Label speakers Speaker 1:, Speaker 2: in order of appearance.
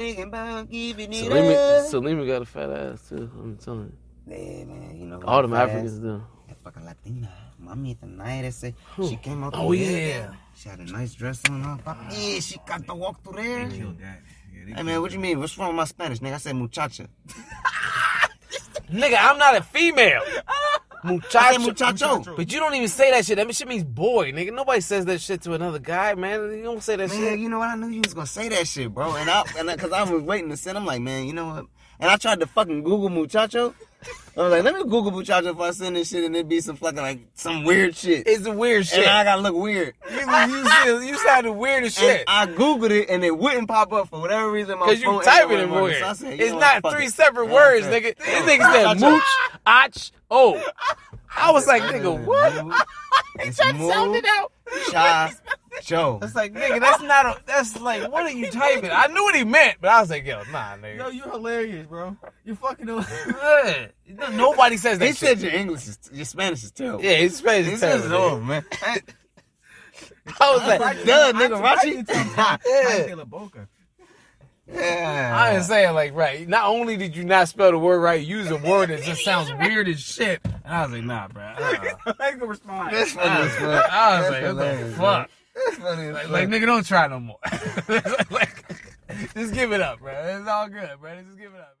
Speaker 1: thinking about giving it
Speaker 2: Salima,
Speaker 1: up.
Speaker 2: Salima got a fat ass too. I'm telling you.
Speaker 1: Yeah, man, you know
Speaker 2: All them
Speaker 1: fat ass-
Speaker 2: Africans do.
Speaker 1: That fucking Latina, mommy at the night. I say she came out.
Speaker 2: Oh,
Speaker 1: through there.
Speaker 2: yeah. Ah.
Speaker 1: She had a nice dress on. Huh? Fuck, Yeah, she got to walk through there.
Speaker 3: Killed that. Yeah, they
Speaker 1: Hey man, what you mean? What's wrong with my Spanish, nigga? I said muchacha.
Speaker 2: Nigga, I'm not a female.
Speaker 1: I said
Speaker 2: Muchacho.
Speaker 1: muchacho.
Speaker 2: But you don't even say that shit. That shit means boy, nigga. Nobody says that shit to another guy, man. You don't say that
Speaker 1: Man,
Speaker 2: shit.
Speaker 1: you know what? I knew you was gonna say that shit, bro. And I, and I, cause I was waiting to send. I'm like, man, you know what? And I tried to fucking Google muchacho. I was like, let me Google muchacho if I send this shit, and it'd be some fucking like some weird shit.
Speaker 2: It's the weird
Speaker 1: And
Speaker 2: shit.
Speaker 1: I gotta look weird.
Speaker 2: you, you, sound- you sound the weirdest
Speaker 1: And
Speaker 2: shit.
Speaker 1: I Oh, googled it and it wouldn't pop up for whatever reason. My
Speaker 2: Cause you
Speaker 1: phone
Speaker 2: typing
Speaker 1: ain't
Speaker 2: it
Speaker 1: working.
Speaker 2: weird.
Speaker 1: So I said, you
Speaker 2: it's
Speaker 1: know what?
Speaker 2: not
Speaker 1: Fuck
Speaker 2: three
Speaker 1: it.
Speaker 2: separate
Speaker 1: Yeah,
Speaker 2: words,
Speaker 1: okay.
Speaker 2: nigga. This nigga said mooch, och, oh. I was like, nigga, what?
Speaker 1: It's
Speaker 2: Try to sound it out.
Speaker 1: Shy Joe.
Speaker 2: It's like, nigga, that's not a. That's like, what are you typing? I knew what he meant, but I was like, yo, nah,
Speaker 3: Yo,
Speaker 2: nigga.
Speaker 3: you're hilarious, bro. You're fucking hilarious.
Speaker 2: Yeah. Nobody says that.
Speaker 1: He
Speaker 2: shit.
Speaker 1: said your English is your Spanish is terrible.
Speaker 2: yeah, it's Spanish.
Speaker 1: This
Speaker 2: terrible,
Speaker 1: is
Speaker 2: nigga.
Speaker 1: horrible, man.
Speaker 2: I was like,
Speaker 1: Duh, nigga,
Speaker 3: I can tell
Speaker 1: Rachi.
Speaker 2: yeah.
Speaker 3: Taylor Boca.
Speaker 2: I
Speaker 1: Yeah.
Speaker 2: ain't saying like right. Not only did you not spell the word right, you use a word that just sounds weird as shit. And I was like, nah, bro. uh-uh.
Speaker 3: I can respond.
Speaker 1: That's funny as fuck.
Speaker 2: I
Speaker 1: That's
Speaker 2: was like, what the
Speaker 1: hilarious,
Speaker 2: fuck?
Speaker 1: That's funny as
Speaker 2: Like,
Speaker 1: fuck.
Speaker 2: like, nigga, don't try no more. like, just give it up, bro. It's all good, bro. Just give it up.